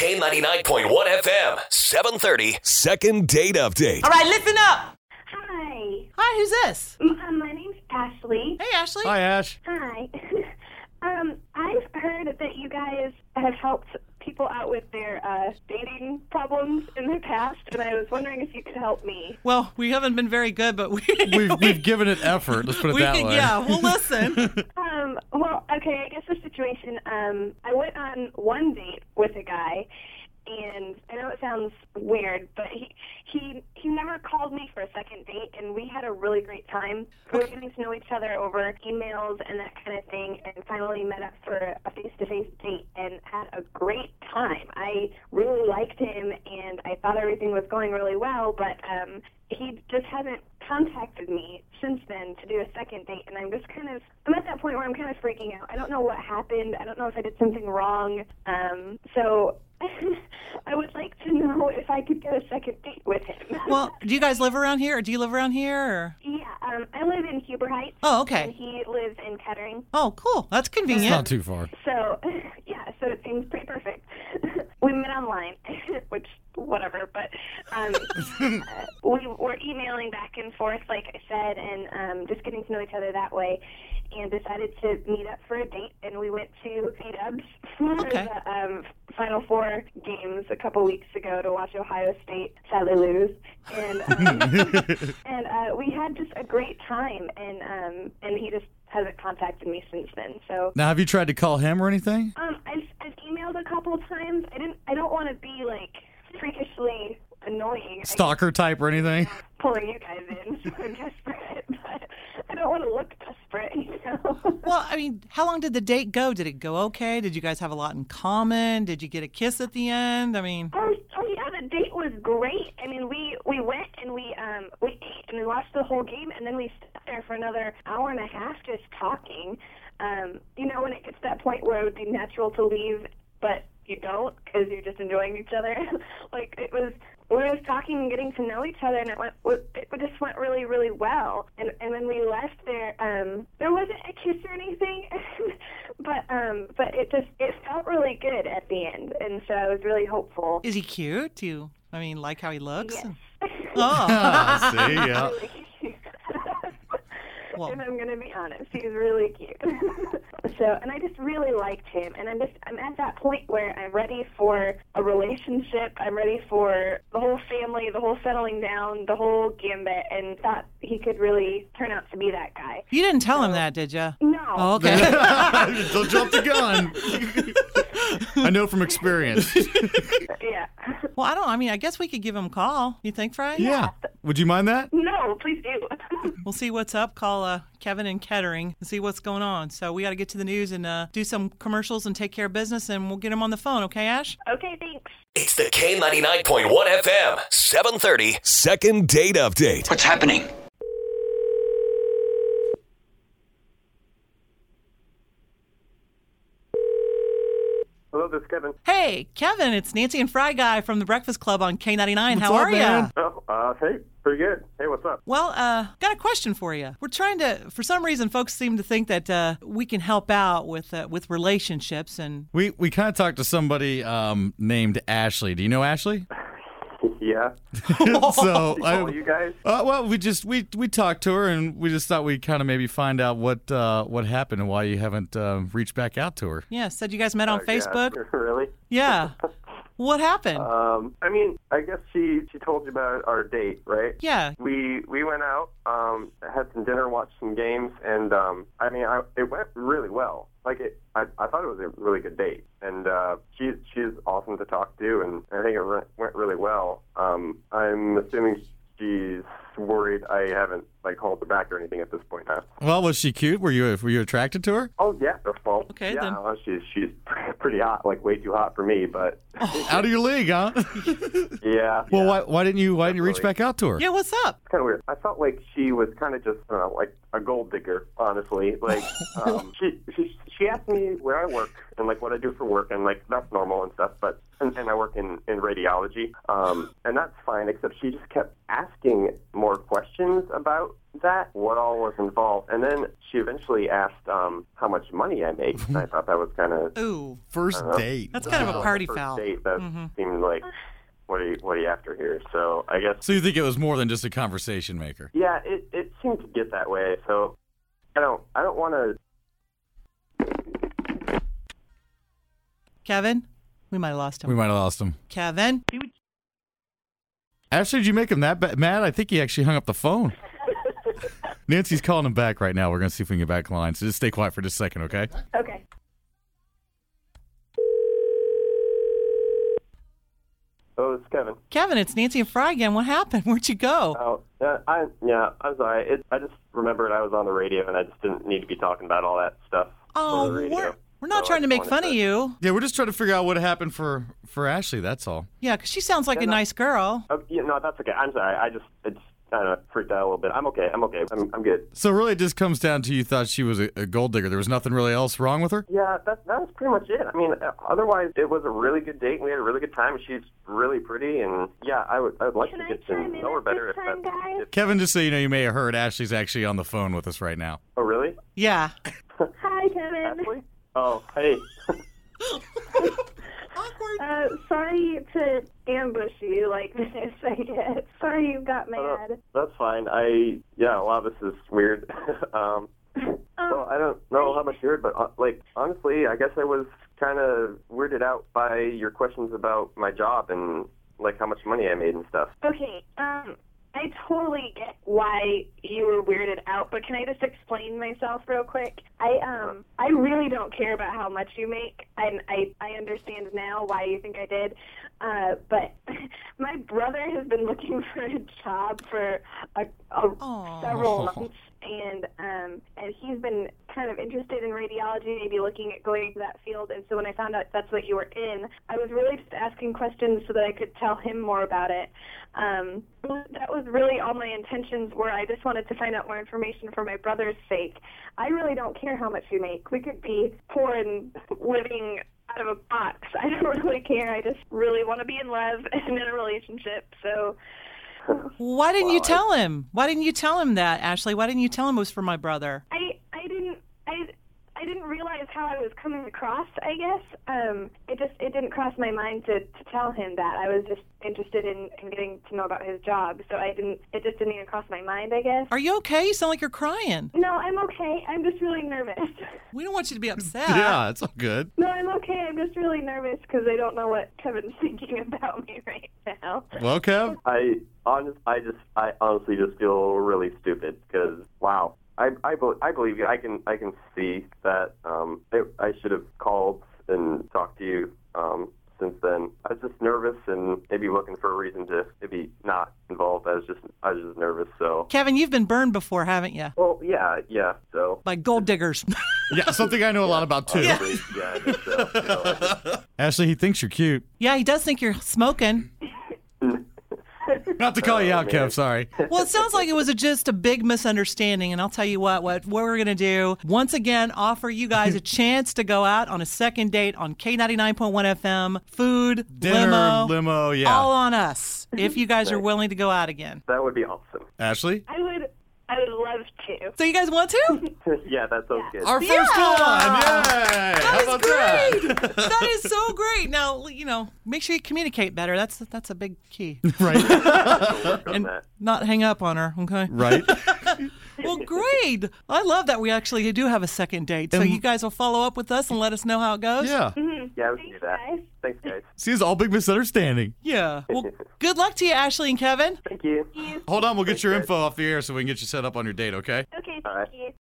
K99.1 FM, 730. Second date update. All right, listen up. Hi, Hi, who's this? M- uh, my name's Ashley. Hey, Ashley. Hi, Ash. Hi. um, I've heard that you guys have helped people out with their uh, dating problems in their past, and I was wondering if you could help me. Well, we haven't been very good, but we We've, we've given it effort. Let's put it we that can- way. yeah. Well, listen. Um, well, okay, I guess the situation. Um, I went on one date with a guy, and I know it sounds weird, but he he he never called me for a second date, and we had a really great time. We were getting to know each other over emails and that kind of thing, and finally met up for a face-to-face date and had a great time. I really liked him, and I thought everything was going really well, but um, he just hasn't contacted me since then to do a second date and I'm just kind of I'm at that point where I'm kind of freaking out. I don't know what happened. I don't know if I did something wrong. Um so I would like to know if I could get a second date with him. Well, do you guys live around here, or do you live around here? Or? yeah, um I live in Huber Heights. Oh, And okay. he lives in Kettering. Oh, cool. That's convenient. It's not too far. So yeah, so it seems pretty perfect. we met online, which whatever, but um, uh, we were emailing back and forth, like I said, and um, just getting to know each other that way. And decided to meet up for a date, and we went to K Dubs for Okay. the um, Final Four games a couple weeks ago to watch Ohio State sadly lose, and um, and uh, we had just a great time, and um, and he just hasn't contacted me since then. So Now, have you tried to call him or anything? um, I've, I've emailed a couple of times. I didn't. I don't want to be like freakishly annoying. I keep Stalker type or anything? pulling you guys in, so I'm desperate. But I don't want to look desperate. You know. Well, I mean, how long did the date go? Did it go okay? Did you guys have a lot in common? Did you get a kiss at the end? I mean, Oh, oh yeah, the date was great. I mean, we we went and we um we ate and we watched the whole game, and then we sat there for another hour and a half just talking. Um, you know, when it gets to that point where it would be natural to leave, but you don't because you're just enjoying each other. like it was, we were just talking and getting to know each other, and it went it just went really really well. And and when we left there, um, there wasn't a kiss or anything, but um, but it just it felt really good at the end, and so I was really hopeful. is he cute? Do you, I mean, like how he looks? Yes. Oh, Ah, see, yeah. Well- if I'm gonna be honest, he's really cute. so, and I just really liked him, and I'm just I'm at that point where I'm ready for a relationship. I'm ready for the whole family, the whole settling down, the whole gambit, and thought he could really turn out to be that guy. you didn't tell him that, did you? No, Oh, okay. Don't jump the gun. I know from experience. yeah, well, I don't. I mean, I guess we could give him a call. You think, Frank? Yeah. Would you mind that? no, please do. We'll see what's up. Call uh, Kevin and Kettering and see what's going on. So we got to get to the news and uh, do some commercials and take care of business, and we'll get him on the phone. Okay, Ash? okay, thanks. It's the K99.1 FM, 730. Second date update. What's happening? Hello, this is Kevin. Hey, Kevin, it's Nancy and Fry Guy from the Breakfast Club on K99. How up, are ya? man? Oh, uh, hey, pretty good. Hey, what's up? Well, uh, got a question for you. We're trying to, for some reason, folks seem to think that uh, we can help out with uh, with relationships, and We we kind of talked to somebody um, named Ashley. Do you know Ashley? Yeah. so All you guys? Uh, well, we just we we talked to her and we just thought we'd kind of maybe find out what uh, what happened and why you haven't uh, reached back out to her. yeah, said you guys met on Facebook. Uh, Yeah, really? Yeah. What happened? Um, I mean, I guess she she told you about our date, right? yeah. We we went out, um, had some dinner, watched some games, and um, I mean, I, it went really well. Like it, I, I thought it was a really good date, and uh, she's she's awesome to talk to, and I think it re- went really well. Um, I'm assuming she's worried I haven't like called her back or anything at this point now. Well, was she cute? Were you were you attracted to her? Oh yeah, well, Okay, yeah, then. well, she's she's pretty hot, like way too hot for me. But Oh. Out of your league, huh? yeah, Well, yeah, why why didn't you why didn't you reach back out to her? Yeah, what's up? kind of weird. I felt like she was kind of just uh, like a gold digger, honestly. Like um, she she she asked me where I work and like what I do for work, and like that's normal and stuff. But and, and I work in in radiology, um, and that's fine. Except she just kept asking more questions about that, what all was involved, and then she eventually asked um, how much money I make. and I thought that was kind of Ooh, First Uh-huh. date. that's kind of a party Oh, uh, first foul. Mm-hmm. date that seemed like what are you what are you after here? So I guess So you think it was more than just a conversation maker? yeah, it it seemed to get that way. So I don't I don't want to Kevin, we might have lost him. We might have lost him. Kevin, Ashley, did you make him that ba- mad? I think he actually hung up the phone. Nancy's calling him back right now. We're going to see if we can get back in line. So just stay quiet for just a second, okay? Okay. Oh, it's Kevin. Kevin, it's Nancy and Fry again. What happened? Where'd you go? Oh, uh, I yeah, I'm sorry. It, I just remembered I was on the radio and I just didn't need to be talking about all that stuff. on the oh, radio. we're, we're not So I trying to just make fun wanted of you. Yeah, we're just trying to figure out what happened for for Ashley. That's all. Yeah, 'cause she sounds like a nice girl. Oh, yeah, no, that's okay. I'm sorry. I just it's kind of freaked out a little bit. I'm okay. I'm okay. I'm I'm good. So really, it just comes down to you thought she was a, a gold digger. There was nothing really else wrong with her. Yeah, that that was pretty much it. I mean, uh, otherwise it was a really good date and we had a really good time. She's really pretty and yeah, I would I would like Can to I get to chime in know her at this better if time, that's guys? if- Kevin, just so you know, you may have heard Ashley's actually on the phone with us right now. Oh, really? Yeah. Hi, Kevin. Ashley? Oh, hey. Uh, sorry to ambush you like this, I guess. Sorry you got mad. That's fine. I yeah. Wow, this is weird. um, well, I don't know how much you heard, but uh, like honestly, I guess I was kind of weirded out by your questions about my job and like how much money I made and stuff. Okay, um, I totally get why you were weirded out, but can I just explain myself real quick? I um, I really don't care about how much you make, and I I understand now why you think I did. Uh, but my brother has been looking for a job for a, a Aw. several months, and um, and he's been kind of interested in radiology, maybe looking at going into that field. And so when I found out that's what you were in, I was really just asking questions so that I could tell him more about it. Um, that was really all my intentions were. I just wanted to find out more information for my brother's sake. I really don't care how much you make. We could be poor and living out of a box. I don't really care. I just really want to be in love and in a relationship. So. Why didn't you tell him? Why didn't you tell him that, Ashley? Why didn't you tell him it was for my brother? I I didn't I I didn't realize how I was coming across. I guess um, it just it didn't cross my mind to, to tell him that I was just interested in, in getting to know about his job. So I didn't it just didn't even cross my mind. I guess. Are you okay? You sound like you're crying. No, I'm okay. I'm just really nervous. We don't want you to be upset. Yeah, it's all good. No, I'm okay. I'm just really nervous because I don't know what Kevin's thinking about me right now. Well, Kev, I honest, I just, I honestly just feel really stupid because wow, I, I, bel I believe you. I can, I can see that. Um, I, I should have called and talked to you. Um, since then, I was just nervous and maybe looking for a reason to maybe not involved. I was just, I was just nervous. So, Kevin, you've been burned before, haven't you? well, yeah, yeah. So, By gold diggers. yeah, something I know a lot about too. honestly, yeah. I guess so. So, Ashley, he thinks you're cute. yeah, he does think you're smoking. Not to call you out, Kev. Sorry. Well, it sounds like it was a, just a big misunderstanding. And I'll tell you what, what, what we're going to do, once again, offer you guys a chance to go out on a second date on K99.1 FM, food, Dinner, limo, limo, yeah. all on us if you guys are willing to go out again. that would be awesome. Ashley, I would I would love to. So you guys want to? yeah, that sounds good. our first one. Yay! How That is about that? great. that is so great. Now you know, make sure you communicate better. That's that's a big key. Right, and not hang up on her. Okay. right. Well, great. I love that we actually do have a second date. So you guys will follow up with us and let us know how it goes. Yeah. Yeah, we can do that. guys. Thanks, guys. See, it's all big misunderstanding. Yeah. Well, good luck to you, Ashley and Kevin. Thank you. Hold on, we'll get your info off the air so we can get you set up on your date, okay? Okay, thank All right. you.